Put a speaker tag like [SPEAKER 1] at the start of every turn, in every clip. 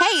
[SPEAKER 1] Hey,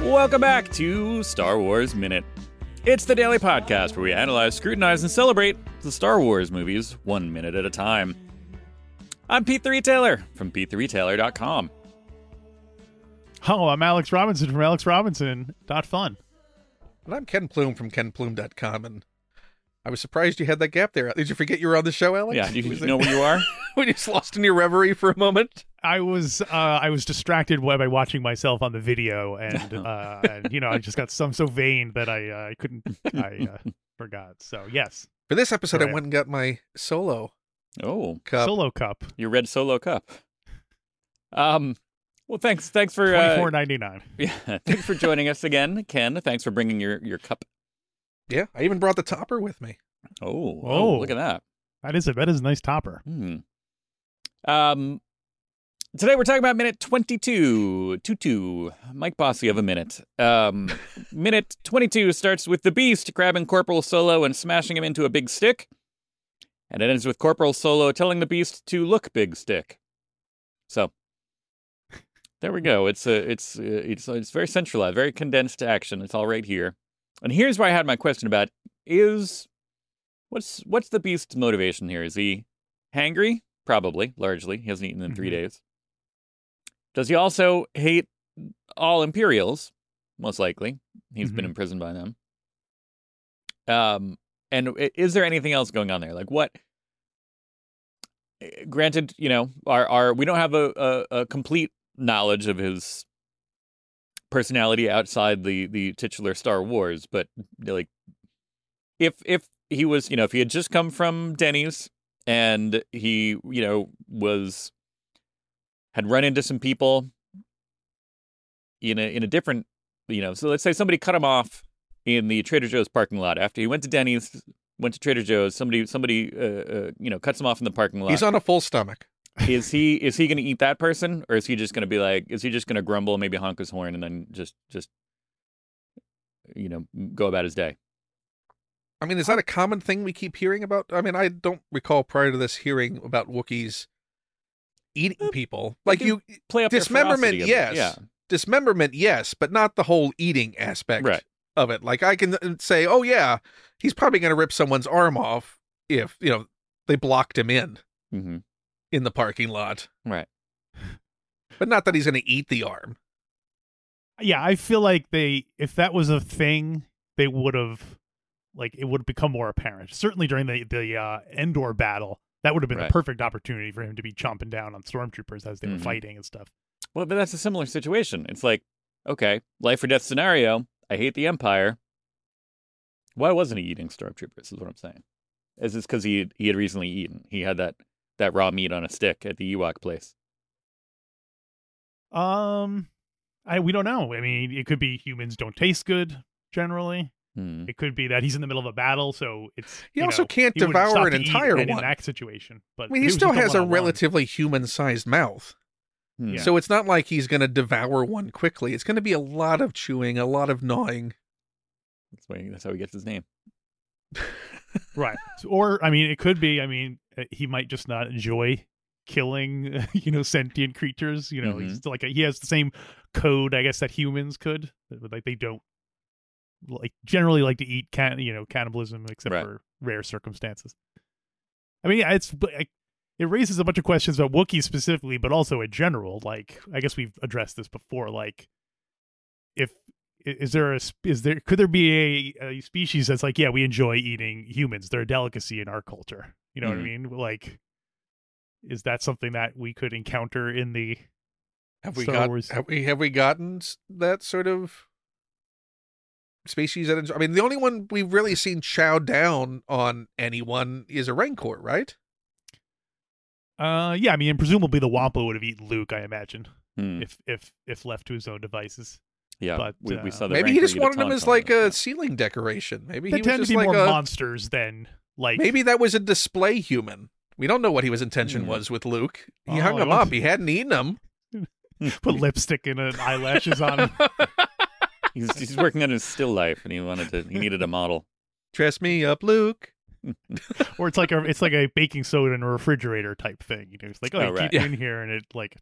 [SPEAKER 2] Welcome back to Star Wars Minute. It's the daily podcast where we analyze, scrutinize, and celebrate the Star Wars movies one minute at a time. I'm Pete the Retailer from PeteTheRetailer.com.
[SPEAKER 3] Hello, I'm Alex Robinson from AlexRobinson.fun.
[SPEAKER 4] And I'm Ken Plume from KenPlume.com. And I was surprised you had that gap there. Did you forget you were on the show, Alex?
[SPEAKER 2] Yeah, you
[SPEAKER 4] Was it-
[SPEAKER 2] know where you are?
[SPEAKER 4] when you just lost in your reverie for a moment.
[SPEAKER 3] I was uh, I was distracted wa- by watching myself on the video, and uh, and you know I just got some so vain that I uh, I couldn't I uh, forgot. So yes,
[SPEAKER 4] For this episode, I
[SPEAKER 3] Right.
[SPEAKER 4] went and got my solo
[SPEAKER 2] Oh,
[SPEAKER 4] cup.
[SPEAKER 3] solo cup
[SPEAKER 2] your red solo cup. Um, well, thanks, thanks for
[SPEAKER 3] twenty
[SPEAKER 2] uh,
[SPEAKER 3] four ninety nine.
[SPEAKER 2] yeah, thanks for joining us again, Ken. Thanks for bringing your your cup.
[SPEAKER 4] Yeah, I even brought the topper with me.
[SPEAKER 2] Oh, oh,
[SPEAKER 3] Whoa.
[SPEAKER 2] look at that.
[SPEAKER 3] That is a that is a nice topper.
[SPEAKER 2] Hmm. Um, today we're talking about minute 22. 22. Mike Bossy of a minute. Um, minute 22 starts with the Beast grabbing Corporal Solo and smashing him into a big stick. And it ends with Corporal Solo telling the Beast to look big stick. So there we go. It's a, it's uh it's it's very centralized, very condensed action. It's all right here. And here's where I had my question about is what's what's the beast's motivation here? Is he hangry? Probably, largely. He hasn't eaten in 3
[SPEAKER 3] Mhm.
[SPEAKER 2] days. Does he also hate all Imperials? Most likely, He's been
[SPEAKER 3] Mhm.
[SPEAKER 2] imprisoned by them. Um, and i- is there anything else going on there? Like what? eh, Granted, you know, our our we don't have a, a, a complete knowledge of his personality outside the the titular Star Wars, but like if if he was, you know, if he had just come from Denny's and he, you know, was had run into some people in a in a different, you know, so let's say somebody cut him off in the Trader Joe's parking lot after he went to Denny's, went to Trader Joe's, somebody somebody uh, uh, you know, cuts him off in the parking lot
[SPEAKER 4] He's on a full stomach.
[SPEAKER 2] is he is he going to eat that person or is he just going to be like is he just going to grumble and maybe honk his horn and then just just you know go about his day
[SPEAKER 4] I mean, is that a common thing we keep hearing about? I mean, I don't recall prior to this hearing about Wookiees eating people. Like
[SPEAKER 2] do
[SPEAKER 4] you
[SPEAKER 2] play up their
[SPEAKER 4] dismemberment,
[SPEAKER 2] ferocity of it.
[SPEAKER 4] yes.
[SPEAKER 2] yeah
[SPEAKER 4] dismemberment, yes, but not the whole eating aspect
[SPEAKER 2] Right.
[SPEAKER 4] of it. Like I can say, oh yeah, he's probably going to rip someone's arm off if you know they blocked him in
[SPEAKER 2] hmm
[SPEAKER 4] in the parking lot,
[SPEAKER 2] right
[SPEAKER 4] but not that he's going to eat the arm.
[SPEAKER 3] Yeah, I feel like they if that was a thing, they would have like it would become more apparent. Certainly during the the uh, Endor battle, that would have been
[SPEAKER 2] Right.
[SPEAKER 3] the perfect opportunity for him to be chomping down on stormtroopers as they
[SPEAKER 2] Mhm.
[SPEAKER 3] were fighting and stuff.
[SPEAKER 2] well but that's a similar situation it's like okay life or death scenario i hate the empire why wasn't he eating stormtroopers is what i'm saying is this because he had- he had recently eaten he had that that raw meat on a stick at the ewok place
[SPEAKER 3] Um, I we don't know. I mean, it could be humans don't taste good generally.
[SPEAKER 2] Hmm.
[SPEAKER 3] It could be that he's in the middle of a battle, so it's
[SPEAKER 4] He
[SPEAKER 3] you
[SPEAKER 4] also
[SPEAKER 3] know,
[SPEAKER 4] can't
[SPEAKER 3] he wouldn't
[SPEAKER 4] devour
[SPEAKER 3] stop
[SPEAKER 4] an
[SPEAKER 3] to eat
[SPEAKER 4] entire
[SPEAKER 3] in
[SPEAKER 4] one.
[SPEAKER 3] that situation. But
[SPEAKER 4] I
[SPEAKER 3] if
[SPEAKER 4] mean, he
[SPEAKER 3] it was
[SPEAKER 4] still
[SPEAKER 3] just
[SPEAKER 4] has a
[SPEAKER 3] one-on-one-
[SPEAKER 4] relatively human-sized mouth,
[SPEAKER 2] Hmm.
[SPEAKER 3] Yeah.
[SPEAKER 4] so it's not like he's going to devour one quickly. It's going to be a lot of chewing, a lot of gnawing.
[SPEAKER 2] that's, why, that's how he gets his name
[SPEAKER 3] right? Or I mean, it could be. I mean, uh, he might just not enjoy killing, you know, sentient creatures. You
[SPEAKER 4] Mm-hmm.
[SPEAKER 3] know, he's like he has the same code, I guess, that humans could. but, Like they don't like generally like to eat can you know cannibalism except
[SPEAKER 2] Right.
[SPEAKER 3] for rare circumstances. I mean, yeah, it's but, like, it raises a bunch of questions about Wookiees specifically, but also in general. Like, I guess we've addressed this before. Like, if i- is there a sp- is there could there be a, a species that's like, yeah, we enjoy eating humans. They're a delicacy in our culture. You know
[SPEAKER 4] Hmm.
[SPEAKER 2] Mhm.
[SPEAKER 3] what I mean? Like, is that something that we could encounter in the
[SPEAKER 4] Have we
[SPEAKER 3] Star
[SPEAKER 4] got?
[SPEAKER 3] Wars.
[SPEAKER 4] Have we have we gotten s- that sort of species that? enjoy- I mean, the only one we've really seen chow down on anyone is a rancor, right?
[SPEAKER 3] Uh, yeah, I mean, and presumably the Wampa would have eaten Luke, I imagine,
[SPEAKER 2] Hmm.
[SPEAKER 3] if if if left to his own devices.
[SPEAKER 2] Yeah,
[SPEAKER 3] But,
[SPEAKER 2] we, we
[SPEAKER 3] uh,
[SPEAKER 2] saw Oh, the
[SPEAKER 4] Maybe he
[SPEAKER 2] Rancor
[SPEAKER 4] just
[SPEAKER 2] eat a
[SPEAKER 4] wanted him
[SPEAKER 2] ton
[SPEAKER 4] as
[SPEAKER 2] from
[SPEAKER 4] like
[SPEAKER 2] it,
[SPEAKER 4] a
[SPEAKER 2] yeah.
[SPEAKER 4] ceiling decoration. Maybe
[SPEAKER 3] They
[SPEAKER 4] he was
[SPEAKER 3] tend to
[SPEAKER 4] just
[SPEAKER 3] be
[SPEAKER 4] like
[SPEAKER 3] more
[SPEAKER 4] a.
[SPEAKER 3] monsters than like.
[SPEAKER 4] Maybe that was a display human. We don't know what his intention
[SPEAKER 2] Hmm.
[SPEAKER 4] was with Luke. He
[SPEAKER 3] Oh,
[SPEAKER 4] hung
[SPEAKER 3] I
[SPEAKER 4] him
[SPEAKER 3] don't-
[SPEAKER 4] up. He hadn't eaten him.
[SPEAKER 3] put lipstick and an eyelashes on him.
[SPEAKER 2] he's, he's working on his still life, and he wanted to. He needed a model.
[SPEAKER 4] Dress me up, Luke.
[SPEAKER 3] or it's like a it's like a baking soda in a refrigerator type thing. You know, it's like oh,
[SPEAKER 2] Oh,
[SPEAKER 3] you
[SPEAKER 2] right.
[SPEAKER 3] keep it in here and it like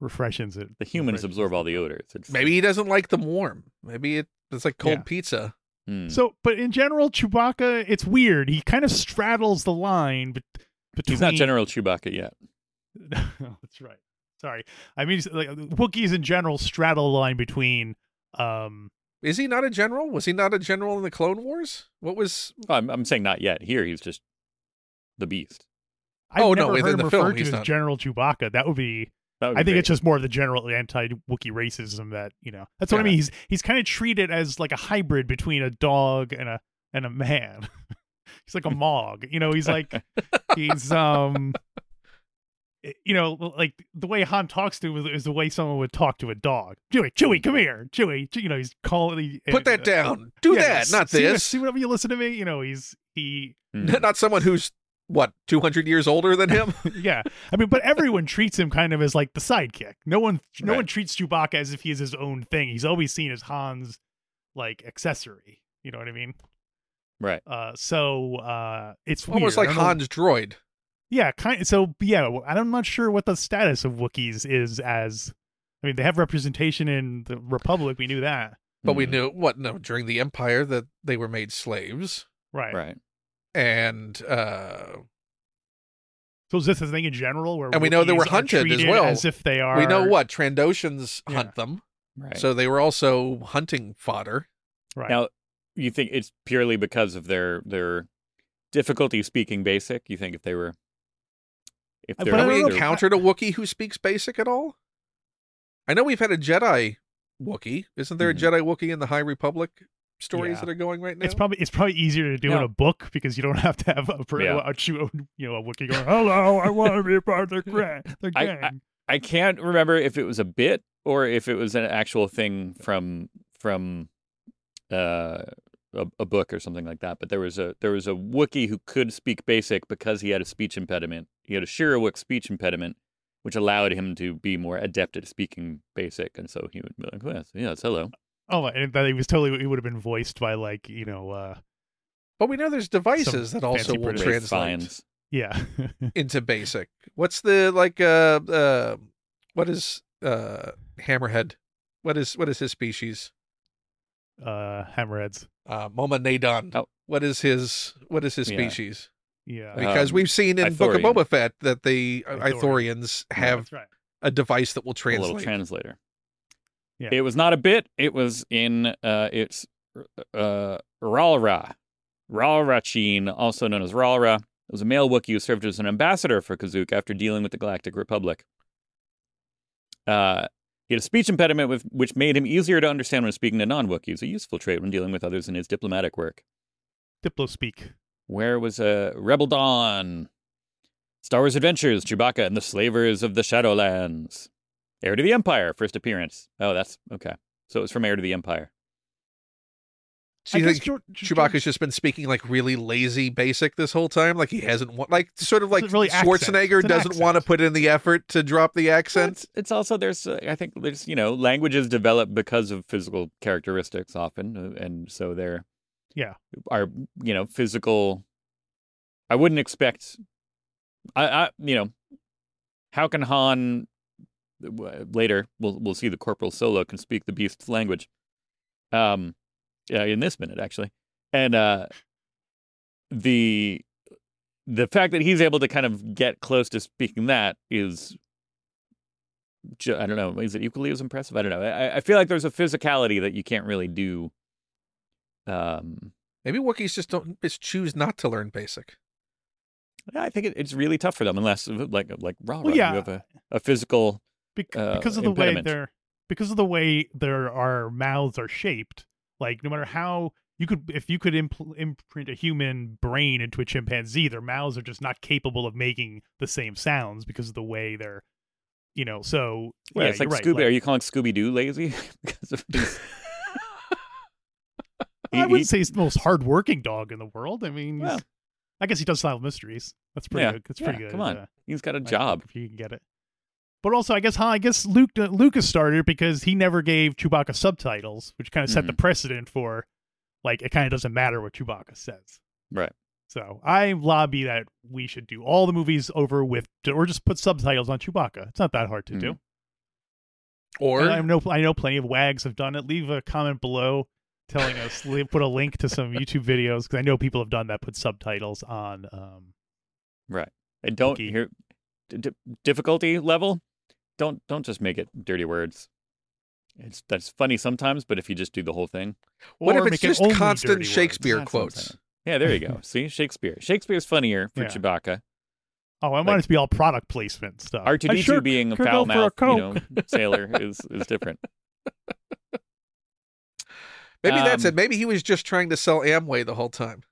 [SPEAKER 3] refreshes it.
[SPEAKER 2] The humans
[SPEAKER 3] Refreshes.
[SPEAKER 2] absorb all the odors. It's,
[SPEAKER 4] Maybe he doesn't like them warm. Maybe it, it's like cold
[SPEAKER 3] Yeah.
[SPEAKER 4] pizza.
[SPEAKER 2] Hmm.
[SPEAKER 3] So, but in general, Chewbacca, it's weird. He kind of straddles the line, but between
[SPEAKER 2] he's not General Chewbacca yet.
[SPEAKER 3] No, that's right. Sorry, I mean like Wookiees in general straddle the line between um
[SPEAKER 4] Is he not a general? Was he not a general in the Clone Wars? What was?
[SPEAKER 2] Oh, I'm, I'm saying not yet. Here, he's just the beast.
[SPEAKER 3] I've
[SPEAKER 4] Oh, no,
[SPEAKER 3] never
[SPEAKER 4] within
[SPEAKER 3] heard him
[SPEAKER 4] the
[SPEAKER 3] referred
[SPEAKER 4] film,
[SPEAKER 3] to
[SPEAKER 4] he's
[SPEAKER 3] as
[SPEAKER 4] not.
[SPEAKER 3] General Chewbacca. That would be.
[SPEAKER 2] That
[SPEAKER 4] Oh,
[SPEAKER 2] would
[SPEAKER 3] I
[SPEAKER 2] be
[SPEAKER 3] think
[SPEAKER 2] great.
[SPEAKER 3] it's just more of the general anti-Wookie racism that you know. That's what I
[SPEAKER 2] Yeah.
[SPEAKER 3] mean. He's he's kind of treated as like a hybrid between a dog and a and a man. he's like a mog. You know, he's like he's um. eh, You know, like the way Han talks to him is- is the way someone would talk to a dog. Chewy, Chewy, come here, Chewy. You know, he's calling. he-
[SPEAKER 4] Put that down. Do
[SPEAKER 3] uh, Yeah,
[SPEAKER 4] that, not
[SPEAKER 3] see-
[SPEAKER 4] this.
[SPEAKER 3] See whatever you listen to me. You know, he's he
[SPEAKER 2] Hmm.
[SPEAKER 4] not someone who's what two hundred years older than him.
[SPEAKER 3] yeah, I mean, but everyone treats him kind of as like the sidekick. No one, no one
[SPEAKER 2] Right.
[SPEAKER 3] treats Chewbacca as if he is his own thing. He's always seen as Han's like accessory. You know what I mean?
[SPEAKER 2] right.
[SPEAKER 3] Uh, so uh, it's
[SPEAKER 4] Almost
[SPEAKER 3] weird. I
[SPEAKER 4] like
[SPEAKER 3] don't know-
[SPEAKER 4] Han's droid.
[SPEAKER 3] Yeah, kind. so yeah, well, I'm not sure what the status of Wookiees is as. I mean, they have representation in the Republic. We knew that,
[SPEAKER 4] But we
[SPEAKER 2] Hmm.
[SPEAKER 4] knew what no during the Empire that they were made slaves,
[SPEAKER 3] right?
[SPEAKER 2] Right.
[SPEAKER 4] and uh,
[SPEAKER 3] So is this a thing in general where
[SPEAKER 4] And we know they
[SPEAKER 3] Wookiees
[SPEAKER 4] were
[SPEAKER 3] are
[SPEAKER 4] hunted as
[SPEAKER 3] treated
[SPEAKER 4] well.
[SPEAKER 3] as if they are?
[SPEAKER 4] we know what Trandoshans
[SPEAKER 3] Yeah.
[SPEAKER 4] hunt them,
[SPEAKER 2] Right.
[SPEAKER 4] so they were also hunting fodder.
[SPEAKER 3] Right.
[SPEAKER 2] Now, you think it's purely because of their their difficulty speaking basic? You think if they were if
[SPEAKER 3] Uh,
[SPEAKER 2] they're,
[SPEAKER 3] but I
[SPEAKER 4] Have
[SPEAKER 3] don't
[SPEAKER 4] we
[SPEAKER 3] know.
[SPEAKER 2] they're-
[SPEAKER 4] encountered a Wookiee who speaks basic at all? I know we've had a Jedi Wookiee. Isn't there
[SPEAKER 2] Mhm.
[SPEAKER 4] a Jedi Wookiee in the High Republic
[SPEAKER 3] Mm-hmm.
[SPEAKER 4] stories
[SPEAKER 3] Yeah.
[SPEAKER 4] that are going right now?
[SPEAKER 3] It's probably it's probably easier to do in
[SPEAKER 2] No.
[SPEAKER 3] a book because you don't have to have a, per-
[SPEAKER 2] Yeah.
[SPEAKER 3] a chew- you know a wiki going hello I want to be part of the grand the
[SPEAKER 2] I- I-
[SPEAKER 3] gang.
[SPEAKER 2] I can't remember if it was a bit or if it was an actual thing from from uh, a, a book or something like that. But there was a there was a Wookiee who could speak basic because he had a speech impediment. He had a Shirawak speech impediment, which allowed him to be more adept at speaking basic, and so he would be like, "Yes, yes, hello."
[SPEAKER 3] oh and that he was totally he would have been voiced by like you know uh
[SPEAKER 4] But we know there's devices
[SPEAKER 3] Some
[SPEAKER 4] that also
[SPEAKER 3] fancy
[SPEAKER 4] will
[SPEAKER 3] British
[SPEAKER 4] translate
[SPEAKER 2] Fines.
[SPEAKER 3] yeah
[SPEAKER 4] into basic. What's the like uh uh what is uh hammerhead? What is what is his species?
[SPEAKER 3] uh hammerheads
[SPEAKER 4] Uh Moma Nadon.
[SPEAKER 2] Oh.
[SPEAKER 4] What is his what is his
[SPEAKER 2] Yeah.
[SPEAKER 4] species?
[SPEAKER 3] yeah
[SPEAKER 2] Uh,
[SPEAKER 4] Because
[SPEAKER 2] Um,
[SPEAKER 4] we've seen in Book of
[SPEAKER 2] Ithorian.
[SPEAKER 4] Boba Fett that the uh,
[SPEAKER 3] Ithorian.
[SPEAKER 4] Ithorians have
[SPEAKER 3] that's right
[SPEAKER 4] a device that will
[SPEAKER 2] A little
[SPEAKER 4] translate.
[SPEAKER 2] translator.
[SPEAKER 3] Yeah.
[SPEAKER 2] It was not a bit. It was in uh, it's uh, Ralra, Ralrachin, also known as Ralra. It was a male Wookiee who served as an ambassador for Kazook after dealing with the Galactic Republic. Uh, he had a speech impediment, with, which made him easier to understand when speaking to non-Wookiees, a useful trait when dealing with others in his diplomatic work.
[SPEAKER 3] Diplo speak
[SPEAKER 2] Where was uh, Rebel Dawn? Star Wars Adventures, Chewbacca and the Slavers of the Shadowlands. Heir to the Empire, first appearance. Oh, that's okay. So it was from Heir to the Empire.
[SPEAKER 4] So you
[SPEAKER 3] I guess
[SPEAKER 4] think
[SPEAKER 3] George-
[SPEAKER 4] Chewbacca's just been speaking like really lazy basic this whole time? Like he hasn't wa- like sort of
[SPEAKER 3] It's
[SPEAKER 4] like
[SPEAKER 3] really accent.
[SPEAKER 4] Schwarzenegger
[SPEAKER 3] It's an
[SPEAKER 4] doesn't want to
[SPEAKER 3] accent.
[SPEAKER 4] put in the effort to drop the
[SPEAKER 2] Well,
[SPEAKER 4] accent.
[SPEAKER 2] It's, it's also there's uh, I think there's you know languages develop because of physical characteristics often, uh, and so there
[SPEAKER 3] Yeah.
[SPEAKER 2] are you know physical. I wouldn't expect, I, I you know, how can Han w- later we'll we'll see the corporal solo can speak the beast's language. Um, uh, in this minute actually, and uh, the the fact that he's able to kind of get close to speaking that is, ju- I don't know, is it equally as impressive? I don't know. I, I feel like there's a physicality that you can't really do. Um,
[SPEAKER 4] Maybe Wookiees just don't just choose not to learn basic.
[SPEAKER 2] I think it, it's really tough for them unless uh, like like raw
[SPEAKER 3] Well, yeah.
[SPEAKER 2] you have a, a physical
[SPEAKER 3] Bec-
[SPEAKER 2] uh,
[SPEAKER 3] because of the
[SPEAKER 2] impediment.
[SPEAKER 3] way their because of the way their our mouths are shaped. Like no matter how you could, if you could impl- imprint a human brain into a chimpanzee, their mouths are just not capable of making the same sounds because of the way they're, you know. So
[SPEAKER 2] Yeah,
[SPEAKER 3] yeah,
[SPEAKER 2] it's like
[SPEAKER 3] you're right,
[SPEAKER 2] Scooby. Are you calling Scooby Doo lazy? because of his...
[SPEAKER 3] I wouldn't say he's the most hardworking dog in the world. I mean, he's-
[SPEAKER 2] Well.
[SPEAKER 3] I guess he does solve mysteries. That's pretty.
[SPEAKER 2] Yeah,
[SPEAKER 3] good. That's
[SPEAKER 2] yeah,
[SPEAKER 3] pretty good.
[SPEAKER 2] come on.
[SPEAKER 3] uh,
[SPEAKER 2] he's got a
[SPEAKER 3] I think,
[SPEAKER 2] job.
[SPEAKER 3] if you can get it. But also, I guess, huh? I guess Luke uh, Lucas started it because he never gave Chewbacca subtitles, which kind of
[SPEAKER 4] Mm-hmm.
[SPEAKER 3] set the precedent for, like, it kind of doesn't matter what Chewbacca says.
[SPEAKER 2] Right.
[SPEAKER 3] So I lobby that we should do all the movies over with, or just put subtitles on Chewbacca. It's not that hard to do.
[SPEAKER 4] Mm-hmm. Or
[SPEAKER 3] And I know I know plenty of wags have done it. Leave a comment below telling us. leave, put a link to some YouTube videos because I know people have done that. Put subtitles on. Um,
[SPEAKER 2] Right. And don't
[SPEAKER 3] Wookie.
[SPEAKER 2] hear d- d- difficulty level. Don't don't just make it dirty words. It's that's funny sometimes, but if you just do the whole thing,
[SPEAKER 4] what
[SPEAKER 3] or
[SPEAKER 4] if it's
[SPEAKER 3] make it
[SPEAKER 4] just
[SPEAKER 3] only dirty
[SPEAKER 4] constant
[SPEAKER 3] words?
[SPEAKER 4] Shakespeare
[SPEAKER 2] That's what I'm
[SPEAKER 4] quotes?
[SPEAKER 2] saying. yeah, there you go. See, Shakespeare. Shakespeare's funnier for
[SPEAKER 3] Yeah.
[SPEAKER 2] Chewbacca.
[SPEAKER 3] Oh, I want it to be all product placement stuff.
[SPEAKER 2] R two
[SPEAKER 3] I
[SPEAKER 2] D
[SPEAKER 3] sure
[SPEAKER 2] two being a
[SPEAKER 3] could go
[SPEAKER 2] foul
[SPEAKER 3] for
[SPEAKER 2] mouth, you know,
[SPEAKER 3] Coke.
[SPEAKER 2] sailor is is different.
[SPEAKER 4] Maybe that's
[SPEAKER 2] Um,
[SPEAKER 4] it. Maybe he was just trying to sell Amway the whole time.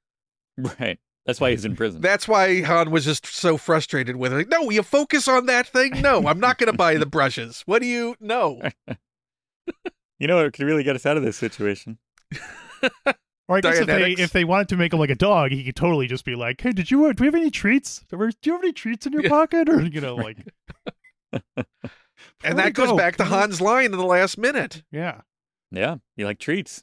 [SPEAKER 2] Right. That's why he's in
[SPEAKER 3] Hmm.
[SPEAKER 2] prison.
[SPEAKER 4] That's why Han was just so frustrated with it. Like, no, you focus on that thing. No, I'm not going to buy the brushes. What do you know?
[SPEAKER 2] you know what could really get us out of this situation?
[SPEAKER 3] Or I guess if they,
[SPEAKER 4] Dianetics.
[SPEAKER 3] if they wanted to make him like a dog, he could totally just be like, "Hey, did you uh, do we have any treats? Do we- do you have any treats in your
[SPEAKER 4] Yeah.
[SPEAKER 3] pocket?" Or you know, like,
[SPEAKER 4] And
[SPEAKER 3] Way
[SPEAKER 4] that
[SPEAKER 3] to
[SPEAKER 4] goes
[SPEAKER 3] go,
[SPEAKER 4] back to
[SPEAKER 3] dude.
[SPEAKER 4] Han's line in the last minute.
[SPEAKER 3] yeah,
[SPEAKER 2] Yeah, you like treats.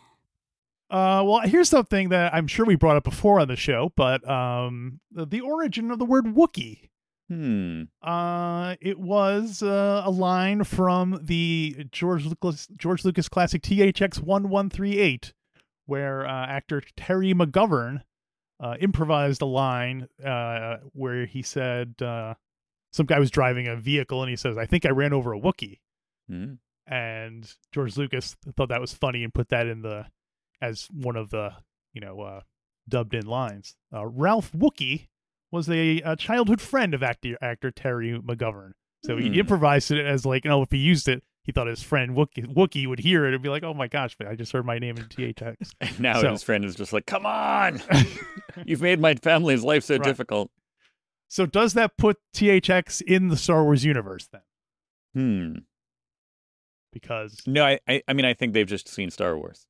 [SPEAKER 3] Uh, well, here's something that I'm sure we brought up before on the show, but um, the, the origin of the word Wookiee.
[SPEAKER 2] Hmm.
[SPEAKER 3] Uh, it was uh, a line from the George Lucas George Lucas classic THX one one three eight, where uh, actor Terry McGovern uh, improvised a line uh, where he said uh, some guy was driving a vehicle and he says, "I think I ran over a Wookiee."
[SPEAKER 2] Hmm.
[SPEAKER 3] and George Lucas thought that was funny and put that in the as one of the you know uh, dubbed in lines. Uh, Ralph Wookie was a, a childhood friend of actor actor Terry McGovern, so
[SPEAKER 2] Hmm.
[SPEAKER 3] he improvised it as like you know if he used it, he thought his friend Wookie Wookie would hear it and be like, oh my gosh, but I just heard my name in THX.
[SPEAKER 2] And now
[SPEAKER 3] So-
[SPEAKER 2] his friend is just like, "Come on, you've made my family's life so
[SPEAKER 3] Right.
[SPEAKER 2] difficult."
[SPEAKER 3] so does that put THX in the Star Wars universe then?
[SPEAKER 2] Hmm.
[SPEAKER 3] Because
[SPEAKER 2] No, I, I, I mean, I think they've just seen Star Wars.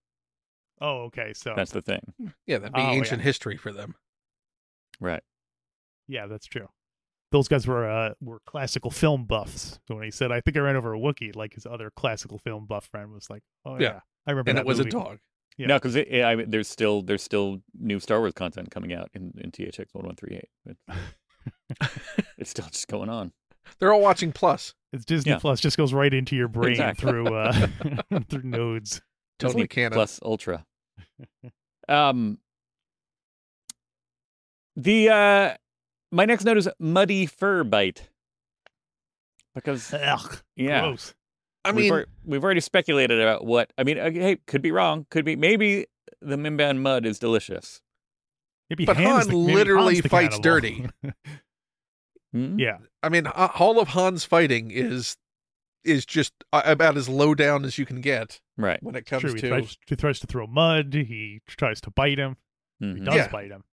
[SPEAKER 3] oh okay, so
[SPEAKER 2] That's the thing,
[SPEAKER 4] Yeah, that'd be
[SPEAKER 3] Oh,
[SPEAKER 4] ancient
[SPEAKER 3] yeah.
[SPEAKER 4] history for them.
[SPEAKER 2] right?
[SPEAKER 3] Yeah, that's true. Those guys were uh, were classical film buffs. So when he said, "I think I ran over a Wookiee," like his other classical film buff friend was like, "Oh yeah,
[SPEAKER 4] Yeah.
[SPEAKER 3] I remember."
[SPEAKER 4] And
[SPEAKER 3] that
[SPEAKER 4] it was
[SPEAKER 3] movie."
[SPEAKER 4] a dog.
[SPEAKER 3] Yeah.
[SPEAKER 2] No, because I mean, there's still there's still new Star Wars content coming out in, in THX one one three eight. It's still just going on.
[SPEAKER 4] They're all watching Plus.
[SPEAKER 3] It's Disney
[SPEAKER 2] Yeah.
[SPEAKER 3] Plus. Just goes right into your brain
[SPEAKER 2] Exactly.
[SPEAKER 3] through uh, through nodes.
[SPEAKER 2] It's
[SPEAKER 4] Tony
[SPEAKER 2] like
[SPEAKER 4] Cannon.
[SPEAKER 2] plus Ultra. um, the uh, my next note is muddy fur bite because
[SPEAKER 3] Ugh,
[SPEAKER 2] yeah,
[SPEAKER 3] gross.
[SPEAKER 4] I
[SPEAKER 2] we've,
[SPEAKER 4] mean,
[SPEAKER 2] alre- we've already speculated about what. I mean, okay, hey, could be wrong. Could be maybe the Mimban mud is delicious.
[SPEAKER 3] Maybe
[SPEAKER 4] But
[SPEAKER 3] Han is
[SPEAKER 4] Han
[SPEAKER 3] the- maybe
[SPEAKER 4] literally
[SPEAKER 3] Han's the
[SPEAKER 4] fights
[SPEAKER 3] cannibal.
[SPEAKER 4] dirty.
[SPEAKER 2] Hmm?
[SPEAKER 3] yeah,
[SPEAKER 4] I mean, uh, all of Han's fighting is is just uh, about as low down as you can get
[SPEAKER 2] Right.
[SPEAKER 4] when it comes
[SPEAKER 3] true. He
[SPEAKER 4] to
[SPEAKER 3] tries, he tries to throw mud. He tries to bite him. He
[SPEAKER 2] Mhm.
[SPEAKER 3] does
[SPEAKER 4] Yeah.
[SPEAKER 3] bite him.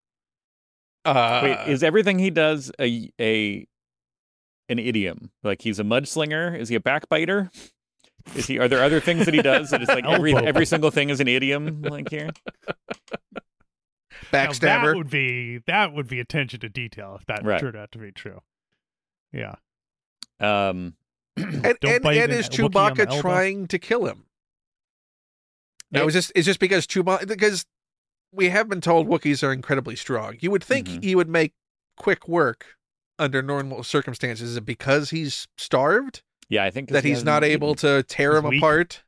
[SPEAKER 4] uh,
[SPEAKER 2] Wait, is everything he does a a an idiom? Like he's a mudslinger? Is he a backbiter? Is he? Are there other things that he does that is like every
[SPEAKER 3] Elbow.
[SPEAKER 2] every single thing is an idiom? Like here,
[SPEAKER 3] Now, that
[SPEAKER 4] backstabber.
[SPEAKER 3] would be that would be attention to detail if that
[SPEAKER 2] Right.
[SPEAKER 3] turned out to be true. Yeah,
[SPEAKER 2] um,
[SPEAKER 4] and
[SPEAKER 3] Don't
[SPEAKER 4] and,
[SPEAKER 3] bite
[SPEAKER 4] and
[SPEAKER 3] an
[SPEAKER 4] is
[SPEAKER 3] Wookiee on the
[SPEAKER 4] Chewbacca
[SPEAKER 3] elbow.
[SPEAKER 4] trying to kill him? No,
[SPEAKER 2] It-
[SPEAKER 4] it's just it's just because Chewbacca because we have been told Wookiees are incredibly strong. You would think
[SPEAKER 3] Mm-hmm.
[SPEAKER 2] Mhm.
[SPEAKER 4] he would make quick work under normal circumstances, Is it because he's starved
[SPEAKER 2] yeah, I think
[SPEAKER 4] that he's not able to tear
[SPEAKER 3] He's
[SPEAKER 4] him
[SPEAKER 3] weak.
[SPEAKER 4] apart.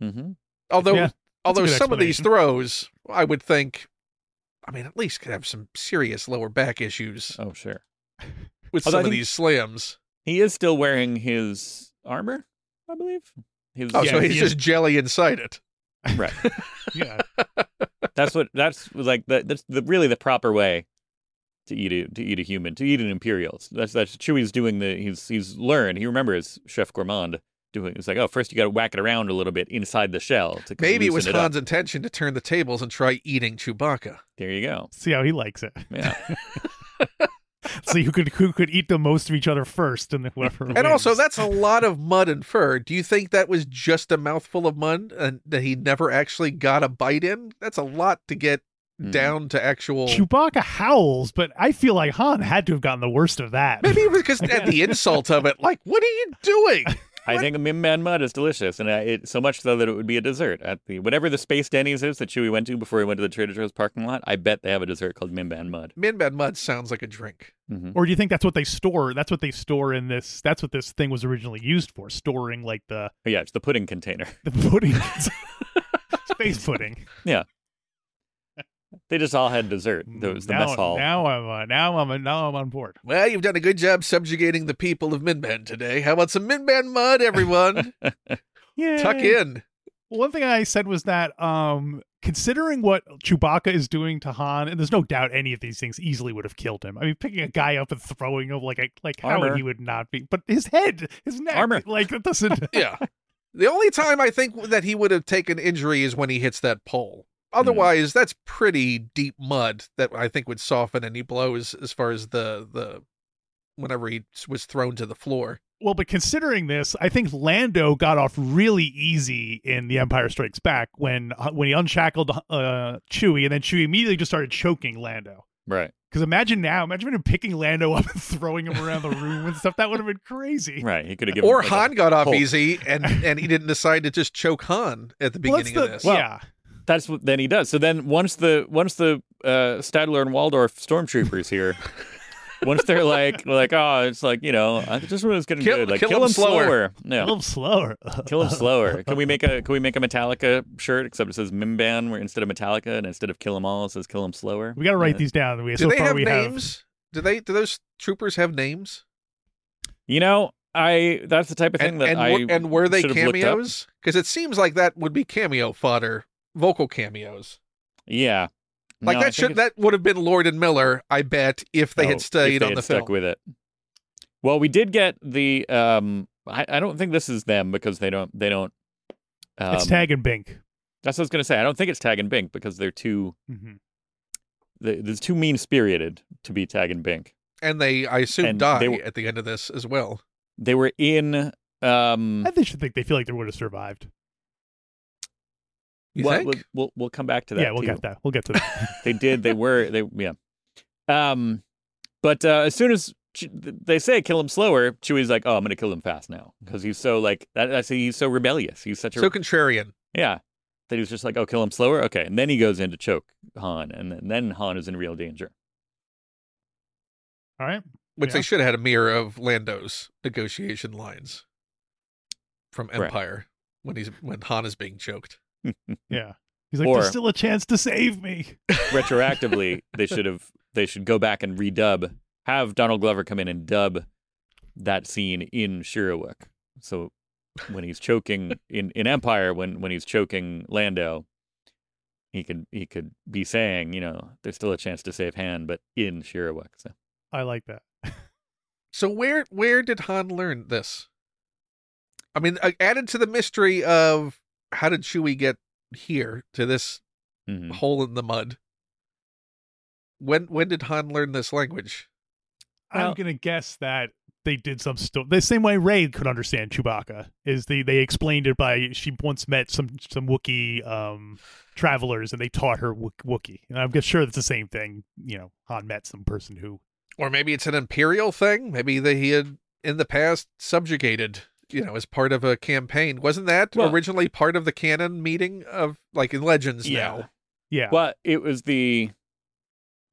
[SPEAKER 2] hmm
[SPEAKER 4] Although
[SPEAKER 3] Yeah, a
[SPEAKER 4] although
[SPEAKER 3] good
[SPEAKER 4] some of these
[SPEAKER 3] explanation.
[SPEAKER 4] throws, I would think, I mean, at least could have some serious lower back issues
[SPEAKER 2] Oh sure,
[SPEAKER 4] with
[SPEAKER 2] Although
[SPEAKER 4] some
[SPEAKER 2] I
[SPEAKER 4] of
[SPEAKER 2] think-
[SPEAKER 4] these slams.
[SPEAKER 2] he is still wearing his armor, I believe. His,
[SPEAKER 4] Oh,
[SPEAKER 3] Yeah,
[SPEAKER 4] so
[SPEAKER 3] he is-
[SPEAKER 4] he's just jelly inside it.
[SPEAKER 2] right.
[SPEAKER 3] yeah.
[SPEAKER 2] That's what that's like the, that's the really the proper way to eat a to eat a human to eat an imperial. That's that's Chewie's doing the he's he's learned he remembers Chef Gourmand doing it's like oh first you got to whack it around a little bit inside the shell to kinda
[SPEAKER 4] Maybe it was
[SPEAKER 2] loosen
[SPEAKER 4] Han's
[SPEAKER 2] up.
[SPEAKER 4] intention to turn the tables and try eating Chewbacca.
[SPEAKER 2] There you go.
[SPEAKER 3] See how he likes it.
[SPEAKER 2] Yeah,
[SPEAKER 3] See who could who could eat the most of each other first, and then whoever.
[SPEAKER 4] And also, that's a lot of mud and fur. Do you think that was just a mouthful of mud and that he never actually got a bite in? That's a lot to get
[SPEAKER 2] Mm.
[SPEAKER 4] down to actual.
[SPEAKER 3] Chewbacca howls, but I feel like Han had to have gotten the worst of that.
[SPEAKER 4] Maybe it was because at the insult of it, like, what are you doing?
[SPEAKER 2] I think Mim Man Mud is delicious, and I, it, so much so that it would be a dessert at the whatever the Space Denny's is that Chewie went to before he went to the Trader Joe's parking lot. I bet they have a dessert called Mim Man Mud.
[SPEAKER 4] Min Bad Mud sounds like a drink.
[SPEAKER 2] hmm
[SPEAKER 3] Or do you think that's what they store? That's what they store in this. That's what this thing was originally used for, storing like the
[SPEAKER 2] Yeah, it's the pudding container.
[SPEAKER 3] the pudding, space pudding.
[SPEAKER 2] They just all had dessert.
[SPEAKER 4] Mm,
[SPEAKER 2] There was the
[SPEAKER 3] now,
[SPEAKER 2] mess hall.
[SPEAKER 3] Now I'm uh, now I'm uh, now I'm on board.
[SPEAKER 4] Well, you've done a good job subjugating the people of Minban today. How about some Minban mud, everyone?
[SPEAKER 3] Yeah,
[SPEAKER 4] Tuck in.
[SPEAKER 3] One thing I said was that um considering what Chewbacca is doing to Han, and there's no doubt any of these things easily would have killed him. I mean, picking a guy up and throwing him like a, like how
[SPEAKER 2] Armor.
[SPEAKER 3] would he would not be, but his head, his neck,
[SPEAKER 2] Armor.
[SPEAKER 3] like that doesn't.
[SPEAKER 4] Yeah. The only time I think that he would have taken injury is when he hits that pole. Otherwise, that's pretty deep mud that I think would soften any blows as far as the the whenever he was thrown to the floor.
[SPEAKER 3] Well, but considering this, I think Lando got off really easy in The Empire Strikes Back when when he unshackled uh, Chewie, and then Chewie immediately just started choking Lando.
[SPEAKER 2] Right.
[SPEAKER 3] Because imagine now, imagine him picking Lando up and throwing him around the room and stuff. That would have been crazy.
[SPEAKER 2] Right. He could have given
[SPEAKER 4] Or
[SPEAKER 2] like, a
[SPEAKER 4] Han got off
[SPEAKER 2] Hulk.
[SPEAKER 4] easy and and he didn't decide to just choke Han at the
[SPEAKER 3] Well, that's
[SPEAKER 4] beginning of
[SPEAKER 3] the-
[SPEAKER 4] this.
[SPEAKER 3] yeah,
[SPEAKER 2] That's what then he does. So then once the once the uh, Stadler and Waldorf stormtroopers here, once they're like like oh it's like you know I just when it's getting
[SPEAKER 4] Kill-
[SPEAKER 2] good like
[SPEAKER 4] kill
[SPEAKER 2] kill,
[SPEAKER 4] 'em
[SPEAKER 2] him slower.
[SPEAKER 4] slower.
[SPEAKER 2] No.
[SPEAKER 3] a little slower.
[SPEAKER 2] Kill him slower. Can we make a can we make a Metallica shirt except it says Mimban where instead of Metallica and instead of kill 'em all it says kill 'em slower.
[SPEAKER 3] We got to write
[SPEAKER 2] Yeah.
[SPEAKER 3] these down. We,
[SPEAKER 4] Do
[SPEAKER 3] so
[SPEAKER 4] they
[SPEAKER 3] far
[SPEAKER 4] have
[SPEAKER 3] we
[SPEAKER 4] names? Do they do those troopers have names?
[SPEAKER 2] You know, I that's the type of thing
[SPEAKER 4] and,
[SPEAKER 2] that
[SPEAKER 4] and,
[SPEAKER 2] I
[SPEAKER 4] were, and were they
[SPEAKER 2] should have looked up.
[SPEAKER 4] cameos? Because it seems like that would be cameo fodder, vocal cameos.
[SPEAKER 2] Yeah.
[SPEAKER 4] Like
[SPEAKER 2] No, I
[SPEAKER 4] that
[SPEAKER 2] think
[SPEAKER 4] should
[SPEAKER 2] it's-
[SPEAKER 4] that would have been Lord and Miller, I bet, if they
[SPEAKER 2] No,
[SPEAKER 4] had
[SPEAKER 2] Oh, if
[SPEAKER 4] stayed
[SPEAKER 2] they
[SPEAKER 4] on
[SPEAKER 2] had
[SPEAKER 4] the
[SPEAKER 2] stuck
[SPEAKER 4] film.
[SPEAKER 2] with it. Well, we did get the. Um, I, I don't think this is them because they don't. They don't. Um,
[SPEAKER 3] have it's Tag and Bink.
[SPEAKER 2] That's what I was gonna say. I don't think it's Tag and Bink because they're too.
[SPEAKER 3] hmm
[SPEAKER 4] Mm-hmm.
[SPEAKER 2] They, they're too mean spirited to be Tag and Bink.
[SPEAKER 4] and they, I assume,
[SPEAKER 2] And
[SPEAKER 4] die
[SPEAKER 2] they were-
[SPEAKER 4] at the end of this as well.
[SPEAKER 2] They were in. Um,
[SPEAKER 3] I think should think they feel like they would have survived.
[SPEAKER 4] You
[SPEAKER 2] well,
[SPEAKER 4] think?
[SPEAKER 2] we'll, we'll we'll come back to that.
[SPEAKER 3] Yeah, we'll
[SPEAKER 2] too.
[SPEAKER 3] get that. We'll get to that.
[SPEAKER 2] They did. They were. They yeah. Um, but uh, as soon as Che- they say kill him slower, Chewie's like, oh, I'm gonna kill him fast now because he's so like that, that's he's so rebellious. He's such a
[SPEAKER 4] so contrarian.
[SPEAKER 2] Yeah. That he was just like, oh, kill him slower? Okay. And then he goes in to choke Han, and then, then Han is in real danger.
[SPEAKER 3] All right.
[SPEAKER 4] Which
[SPEAKER 3] Yeah.
[SPEAKER 4] they should have had a mirror of Lando's negotiation lines from
[SPEAKER 2] Right.
[SPEAKER 4] Empire when he's when Han is being choked.
[SPEAKER 3] Yeah. He's like,
[SPEAKER 2] Or-
[SPEAKER 3] there's still a chance to save me.
[SPEAKER 2] Retroactively, they should have they should go back and redub, have Donald Glover come in and dub that scene in Shirawak. So when he's choking in, in Empire when when he's choking Lando. He could he could be saying, you know, there's still a chance to save Han, but in Shirawak. So
[SPEAKER 3] I like that.
[SPEAKER 4] So where where did Han learn this? I mean, uh, added to the mystery of how did Chewie get here to this
[SPEAKER 2] mhm.
[SPEAKER 4] hole in the mud? When when did Han learn this language?
[SPEAKER 2] Well-
[SPEAKER 3] I'm gonna guess that they did some stuff the same way Ray could understand Chewbacca is they they explained it by she once met some some Wookiee um travelers and they taught her Wook- Wookiee and I'm sure that's the same thing you know Han met some person who
[SPEAKER 4] Or maybe it's an imperial thing. Maybe that he had in the past subjugated, you know, as part of a campaign. Wasn't that
[SPEAKER 2] Well-
[SPEAKER 4] originally part of the canon meeting of like in Legends
[SPEAKER 2] Yeah.
[SPEAKER 4] now?
[SPEAKER 3] yeah
[SPEAKER 2] Well, it was the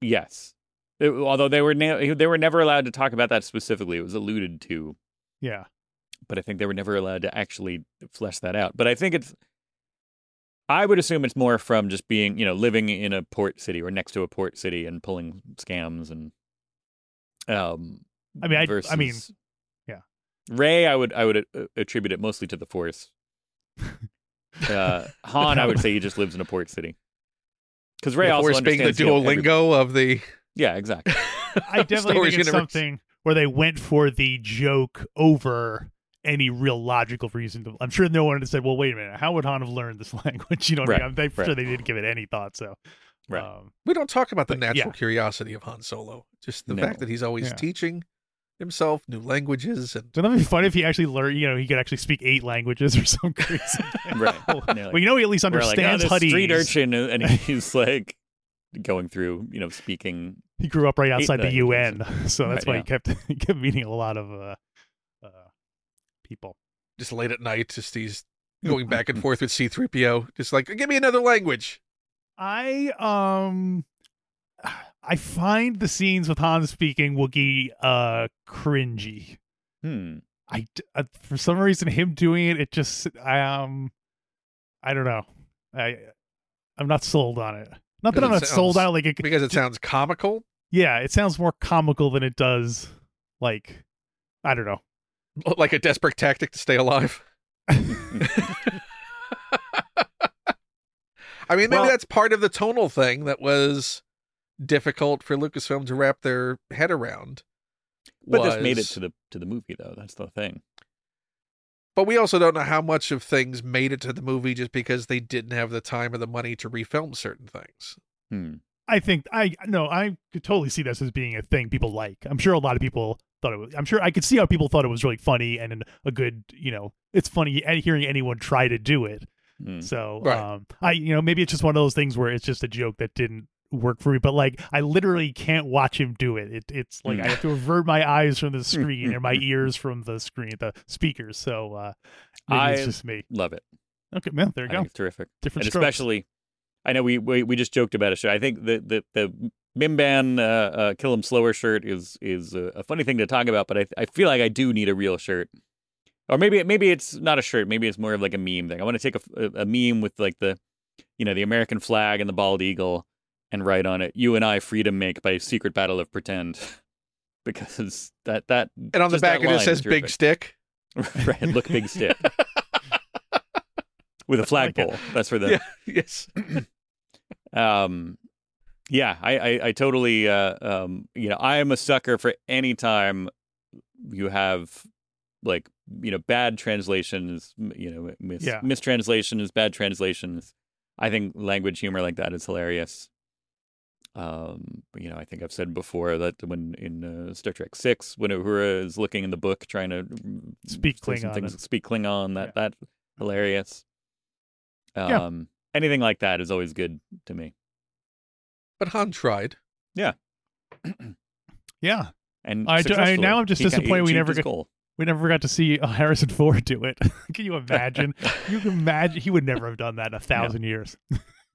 [SPEAKER 2] yes. It- although they were na- they were never allowed to talk about that specifically. It was alluded to,
[SPEAKER 3] yeah
[SPEAKER 2] but I think they were never allowed to actually flesh that out. But I think it's I would assume it's more from just being, you know, living in a port city or next to a port city and pulling scams and um
[SPEAKER 3] I mean, I- I mean, yeah.
[SPEAKER 2] Ray I would I would uh, attribute it mostly to the force. Uh Han I would say he just lives in a port city. Cuz Ray
[SPEAKER 4] The
[SPEAKER 2] also
[SPEAKER 4] Force being the
[SPEAKER 2] understands, you know, every-
[SPEAKER 4] Duolingo of the
[SPEAKER 2] yeah, exactly.
[SPEAKER 3] I definitely
[SPEAKER 4] Star
[SPEAKER 3] think it's
[SPEAKER 4] Wars universe.
[SPEAKER 3] something where they went for the joke over any real logical reason. To, I'm sure no one had said, "Well, wait a minute, how would Han have learned this language?" You know, what I
[SPEAKER 2] Right,
[SPEAKER 3] mean? I'm they-
[SPEAKER 2] right.
[SPEAKER 3] sure they didn't give it any thought. So,
[SPEAKER 2] Right.
[SPEAKER 3] um,
[SPEAKER 4] We don't talk about the
[SPEAKER 3] But,
[SPEAKER 4] natural
[SPEAKER 3] yeah.
[SPEAKER 4] curiosity of Han Solo, just the
[SPEAKER 2] No.
[SPEAKER 4] fact that he's always
[SPEAKER 3] Yeah.
[SPEAKER 4] teaching himself new languages and
[SPEAKER 3] wouldn't that be funny if he actually learned? You know, he could actually speak eight languages or some crazy. thing?
[SPEAKER 2] Right. And they're like-
[SPEAKER 3] well, you know, he at least
[SPEAKER 2] we're like, "Oh,
[SPEAKER 3] understands
[SPEAKER 2] this
[SPEAKER 3] Huttese.
[SPEAKER 2] street urchin and he's like going through, you know, speaking
[SPEAKER 3] He grew up right outside the UN,
[SPEAKER 2] languages.
[SPEAKER 3] so
[SPEAKER 2] Right,
[SPEAKER 3] that's why
[SPEAKER 2] yeah.
[SPEAKER 3] he kept he kept meeting a lot of uh, uh, people.
[SPEAKER 4] just late at night, just he's going back and forth with C3PO, just like, give me another language.
[SPEAKER 3] I um I find the scenes with Han speaking Wookiee uh cringy.
[SPEAKER 2] hmm
[SPEAKER 3] I, d- uh, for some reason him doing it it just I um I don't know. I I'm not sold on it. Not that
[SPEAKER 4] Because
[SPEAKER 3] I'm
[SPEAKER 4] it
[SPEAKER 3] not sold
[SPEAKER 4] sounds-
[SPEAKER 3] on it, like it,
[SPEAKER 4] Because it sounds comical.
[SPEAKER 3] yeah, it sounds more comical than it does like I don't know.
[SPEAKER 4] Like a desperate tactic to stay alive. I mean, maybe
[SPEAKER 2] Well-
[SPEAKER 4] that's part of the tonal thing that was difficult for Lucasfilm to wrap their head around.
[SPEAKER 2] But this made it
[SPEAKER 4] was-
[SPEAKER 2] to the to the movie though. That's the thing.
[SPEAKER 4] But we also don't know how much of things made it to the movie just because they didn't have the time or the money to refilm certain things.
[SPEAKER 2] Hmm.
[SPEAKER 3] I think I no, I could totally see this as being a thing people like. I'm sure a lot of people thought it was. I'm sure I could see how people thought it was really funny and an- a good. You know, it's funny and hearing anyone try to do it.
[SPEAKER 2] Hmm.
[SPEAKER 3] So,
[SPEAKER 4] Right.
[SPEAKER 3] um, I you know maybe it's just one of those things where it's just a joke that didn't work for me. But like, I literally can't watch him do it. it it's like
[SPEAKER 2] Hmm.
[SPEAKER 3] I have to avert my eyes from the screen and my ears from the screen, the speakers. So uh, maybe
[SPEAKER 2] I-
[SPEAKER 3] it's just me.
[SPEAKER 2] Love it.
[SPEAKER 3] Okay, man, there
[SPEAKER 2] I
[SPEAKER 3] you
[SPEAKER 2] think
[SPEAKER 3] go.
[SPEAKER 2] it's terrific.
[SPEAKER 3] Different
[SPEAKER 2] and
[SPEAKER 3] strokes.
[SPEAKER 2] especially, I know we, we we just joked about a shirt. I think the the the Mimban uh, uh, Kill 'Em Slower shirt is is a, a funny thing to talk about. But I I feel like I do need a real shirt, or maybe maybe it's not a shirt. Maybe it's more of like a meme thing. I want to take a, a, a meme with like the, you know, the American flag and the bald eagle, and write on it "You and I freedom make by secret battle of pretend," because that that
[SPEAKER 4] And on
[SPEAKER 2] just
[SPEAKER 4] the
[SPEAKER 2] that
[SPEAKER 4] back, it just
[SPEAKER 2] line
[SPEAKER 4] says
[SPEAKER 2] is
[SPEAKER 4] Big
[SPEAKER 2] terrific.
[SPEAKER 4] Stick.
[SPEAKER 2] right, look big stick. With a
[SPEAKER 3] like it.
[SPEAKER 2] flagpole. That's where the
[SPEAKER 4] yes.
[SPEAKER 2] um yeah i i, I totally uh, um you know i am a sucker for any time you have like you know bad translations m- you know mis-
[SPEAKER 3] Yeah.
[SPEAKER 2] mistranslations bad translations i think language humor like that is hilarious um you know i think i've said before that when in uh, star trek 6 when uhura is looking in the book trying to mm,
[SPEAKER 3] Speak
[SPEAKER 2] say some
[SPEAKER 3] Klingon
[SPEAKER 2] things,
[SPEAKER 3] and-
[SPEAKER 2] speak klingon that that hilarious um
[SPEAKER 3] Yeah.
[SPEAKER 2] anything like that is always good to me
[SPEAKER 4] But Han tried.
[SPEAKER 3] yeah,
[SPEAKER 2] and
[SPEAKER 3] I- I-
[SPEAKER 2] successfully.
[SPEAKER 3] now I'm just
[SPEAKER 2] He ca- he
[SPEAKER 3] disappointed we
[SPEAKER 2] achieved
[SPEAKER 3] never
[SPEAKER 2] his
[SPEAKER 3] got-
[SPEAKER 2] goal.
[SPEAKER 3] we never got to see uh, Harrison Ford do it. Can you imagine? You can imagine he would never have done that in a thousand years.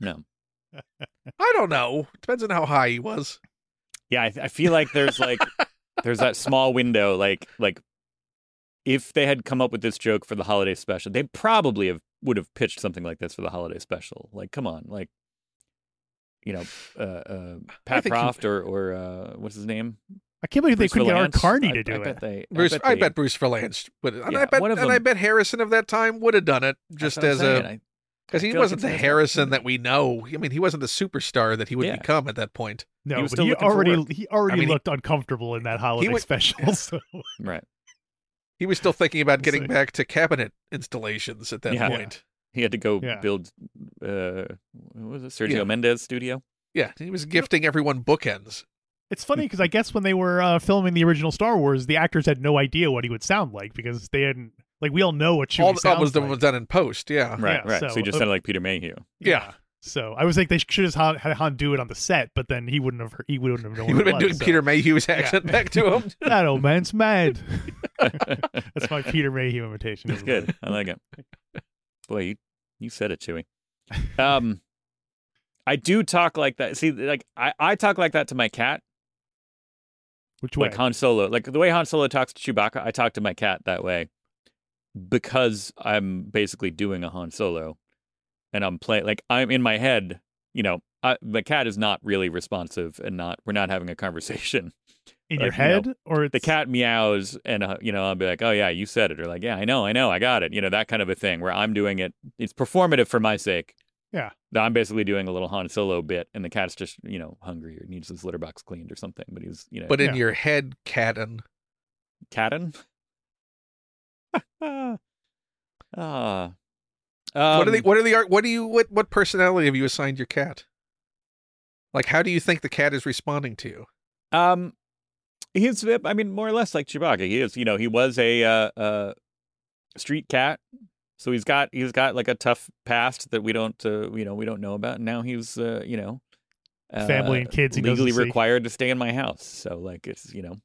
[SPEAKER 2] No.
[SPEAKER 4] I don't know. Depends on how high he was.
[SPEAKER 2] Yeah, I, I feel like there's like there's that small window. Like like if they had come up with this joke for the holiday special, they probably have would have pitched something like this for the holiday special. Like, come on, like you know, uh, uh, Pat
[SPEAKER 4] think he-
[SPEAKER 2] Proft or or uh, what's his name,
[SPEAKER 3] I can't believe
[SPEAKER 2] Bruce
[SPEAKER 3] they couldn't
[SPEAKER 2] Villains.
[SPEAKER 3] get Art Carney
[SPEAKER 2] I-
[SPEAKER 3] to do
[SPEAKER 2] I
[SPEAKER 3] it.
[SPEAKER 2] Bet they,
[SPEAKER 4] Bruce,
[SPEAKER 2] I bet,
[SPEAKER 4] I
[SPEAKER 2] they-
[SPEAKER 4] bet Bruce Verlance would, and
[SPEAKER 2] Yeah,
[SPEAKER 4] I bet,
[SPEAKER 2] one of
[SPEAKER 4] and I
[SPEAKER 2] them-
[SPEAKER 4] bet Harrison of that time would have done it
[SPEAKER 2] that's
[SPEAKER 4] just
[SPEAKER 2] what I'm
[SPEAKER 4] as
[SPEAKER 2] saying.
[SPEAKER 4] a
[SPEAKER 2] I-
[SPEAKER 4] because he
[SPEAKER 2] feel like
[SPEAKER 4] wasn't
[SPEAKER 2] it's
[SPEAKER 4] the
[SPEAKER 2] his-
[SPEAKER 4] Harrison that we know. I mean, he wasn't the superstar that he would
[SPEAKER 2] Yeah.
[SPEAKER 4] become at that point.
[SPEAKER 3] no,
[SPEAKER 2] was
[SPEAKER 3] but
[SPEAKER 2] still
[SPEAKER 3] he
[SPEAKER 2] looking for
[SPEAKER 3] already
[SPEAKER 2] work.
[SPEAKER 3] he already
[SPEAKER 4] I mean, he-
[SPEAKER 3] looked uncomfortable in that holiday
[SPEAKER 4] was-
[SPEAKER 3] special. So
[SPEAKER 2] right.
[SPEAKER 4] He was still thinking about getting
[SPEAKER 3] Sick.
[SPEAKER 4] back to cabinet installations at that
[SPEAKER 2] Yeah.
[SPEAKER 4] point.
[SPEAKER 2] He had to go
[SPEAKER 3] Yeah.
[SPEAKER 2] build. Uh, what was it Sergio
[SPEAKER 4] Yeah.
[SPEAKER 2] Mendez studio?
[SPEAKER 4] Yeah, he was gifting everyone bookends.
[SPEAKER 3] It's funny because I guess when they were uh, filming the original Star Wars, the actors had no idea what he would sound like because they hadn't like we all know what Chewie
[SPEAKER 4] All that
[SPEAKER 3] sounds
[SPEAKER 4] was done
[SPEAKER 3] like.
[SPEAKER 4] was done in post. Yeah,
[SPEAKER 2] Right,
[SPEAKER 3] Yeah,
[SPEAKER 2] right. So, he
[SPEAKER 3] so,
[SPEAKER 2] just
[SPEAKER 3] uh,
[SPEAKER 2] sounded like Peter Mayhew.
[SPEAKER 4] yeah.
[SPEAKER 3] So I was like, they should have had had Han do it on the set, but then he wouldn't have he wouldn't have known.
[SPEAKER 4] He
[SPEAKER 3] what
[SPEAKER 4] would
[SPEAKER 3] it
[SPEAKER 4] have been
[SPEAKER 3] was,
[SPEAKER 4] doing
[SPEAKER 3] so.
[SPEAKER 4] Peter Mayhew's accent back to him.
[SPEAKER 3] That old man's mad. That's my Peter Mayhew imitation.
[SPEAKER 2] It's
[SPEAKER 3] everybody.
[SPEAKER 2] good. I like it. Boy, you, you said it, Chewy. Um, I do talk like that. See, like I, I talk like that to my cat,
[SPEAKER 3] Which way?
[SPEAKER 2] like Han Solo. Like the way Han Solo talks to Chewbacca, I talk to my cat that way because I'm basically doing a Han Solo, and I'm playing. Like I'm in my head. You know, I, my cat is not really responsive, and not we're not having a conversation.
[SPEAKER 3] in your
[SPEAKER 2] like, you know,
[SPEAKER 3] head or it's,
[SPEAKER 2] the cat meows and uh, you know i'll be like oh yeah you said it or like yeah i know i know i got it you know that kind of a thing where i'm doing it it's performative for my sake
[SPEAKER 3] Yeah.
[SPEAKER 2] That i'm basically doing a little han solo bit and the cat's just you know hungry or needs his litter box cleaned or something but he's you know
[SPEAKER 4] But in
[SPEAKER 3] Yeah.
[SPEAKER 4] your head, Cadden.
[SPEAKER 2] catting ah um,
[SPEAKER 4] what
[SPEAKER 3] Um,
[SPEAKER 4] are the what are the art what do you what what personality have you assigned your cat? Like how do you think the cat is responding to you?
[SPEAKER 2] Um, he's, I mean, more or less like Chewbacca. He is, you know, he was a uh, uh, street cat, so he's got he's got like a tough past that we don't, uh, you know, we don't know about. And now he's, uh, you know, uh,
[SPEAKER 3] Family and kids he doesn't
[SPEAKER 2] legally
[SPEAKER 3] see.
[SPEAKER 2] required to stay in my house. So like, it's you know,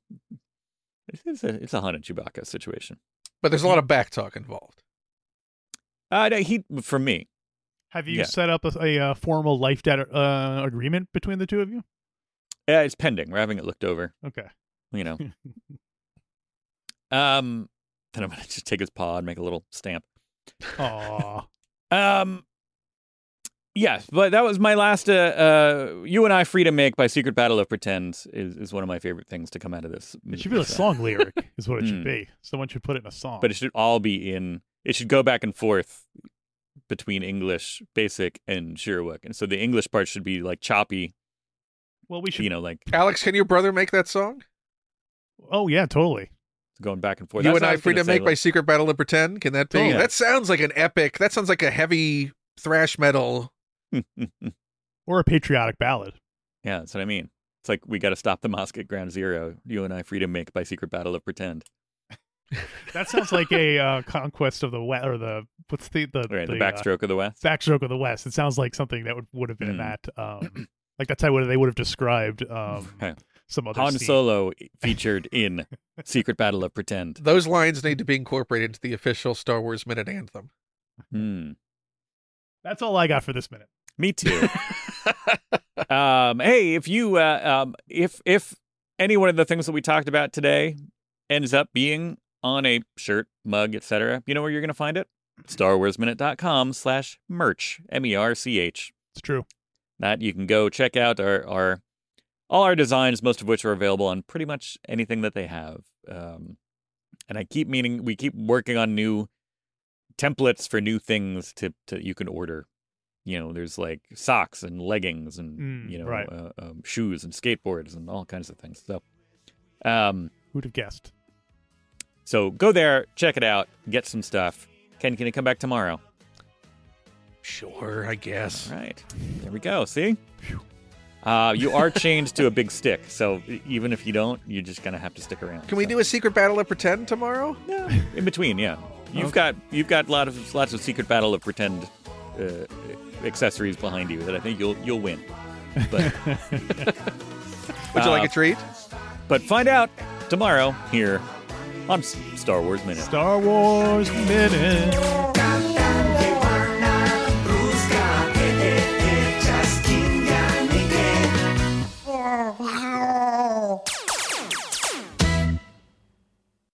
[SPEAKER 2] it's, it's a it's a haunted Chewbacca situation.
[SPEAKER 4] But there's a
[SPEAKER 3] Mm-hmm.
[SPEAKER 4] lot of back talk involved.
[SPEAKER 2] Uh, no, he for me,
[SPEAKER 3] Have you
[SPEAKER 2] yeah.
[SPEAKER 3] set up a, a, uh formal life debt uh, agreement between the two of you?
[SPEAKER 2] uh, it's pending. We're having it looked over.
[SPEAKER 3] Okay.
[SPEAKER 2] You know, um, then I'm gonna just take his paw and make a little stamp.
[SPEAKER 3] Aw.
[SPEAKER 2] Um. Yes, but that was my last. Uh, uh, you and I, Freedom Make by Secret Battle of Pretends is, is one of my favorite things to come out of this.
[SPEAKER 3] It
[SPEAKER 2] movie,
[SPEAKER 3] should be a
[SPEAKER 2] so-
[SPEAKER 3] song lyric, is what it
[SPEAKER 2] Mm.
[SPEAKER 3] should be. Someone should put it in a song.
[SPEAKER 2] but it should all be in. It should go back and forth between English Basic and Shirwak, and so the English part should be like choppy.
[SPEAKER 3] well, we should.
[SPEAKER 2] You know, like
[SPEAKER 4] Alex, can your brother make that song?
[SPEAKER 3] oh yeah, totally.
[SPEAKER 2] going back and forth.
[SPEAKER 4] you
[SPEAKER 2] That's
[SPEAKER 4] and
[SPEAKER 2] what
[SPEAKER 4] I
[SPEAKER 2] was
[SPEAKER 4] free
[SPEAKER 2] gonna
[SPEAKER 4] to
[SPEAKER 2] say,
[SPEAKER 4] make by
[SPEAKER 2] like- Oh,
[SPEAKER 4] Secret Battle and Pretend? Can that be?
[SPEAKER 2] Totally.
[SPEAKER 4] That sounds like an epic. That sounds like a heavy thrash metal.
[SPEAKER 3] Or a patriotic ballad.
[SPEAKER 2] yeah, that's what I mean. It's like we got to stop the mosque at Ground Zero. You and I, Freedom Make by Secret Battle of Pretend.
[SPEAKER 3] That sounds like a uh, conquest of the west, or the what's the the,
[SPEAKER 2] Right, the,
[SPEAKER 3] the, uh,
[SPEAKER 2] backstroke of the West.
[SPEAKER 3] backstroke of the west. It sounds like something that would would have been
[SPEAKER 2] Mm.
[SPEAKER 3] in that. Um, like that's how they would have described um,
[SPEAKER 2] Right.
[SPEAKER 3] some other.
[SPEAKER 2] Han
[SPEAKER 3] scene.
[SPEAKER 2] Solo featured in Secret Battle of Pretend.
[SPEAKER 4] Those lines need to be incorporated into the official Star Wars Minute Anthem.
[SPEAKER 2] Hmm.
[SPEAKER 3] That's all I got for this minute.
[SPEAKER 2] Me too. um, hey, if you, uh, um, if if any one of the things that we talked about today ends up being on a shirt, mug, etc., you know where you're going to find it? StarWarsMinute.com slash merch, E M-E-R-C-H.
[SPEAKER 3] It's true.
[SPEAKER 2] That you can go check out our, our all our designs, most of which are available on pretty much anything that they have. Um, and I keep meaning we keep working on new templates for new things to, to you can order. You know, there's like socks and leggings and
[SPEAKER 3] Mm,
[SPEAKER 2] you know
[SPEAKER 3] right.
[SPEAKER 2] uh, um, shoes and skateboards and all kinds of things. So, um,
[SPEAKER 3] Who'd have guessed?
[SPEAKER 2] so go there, check it out, get some stuff. Ken, can you come back tomorrow?
[SPEAKER 4] Sure, I guess.
[SPEAKER 2] All right. There we go. See? Uh, you are chained to a big stick, so e- even if you don't, you're just gonna have to stick around.
[SPEAKER 4] Can we
[SPEAKER 2] So-
[SPEAKER 4] do a Secret Battle of Pretend tomorrow?
[SPEAKER 2] No, in between? Yeah, you've got you've got lot of lots of secret battle of pretend uh, accessories behind you that I think you'll you'll win. But
[SPEAKER 4] Would
[SPEAKER 2] Uh,
[SPEAKER 4] you like a treat?
[SPEAKER 2] but find out tomorrow here on S- Star Wars Minute.
[SPEAKER 3] Star Wars minute.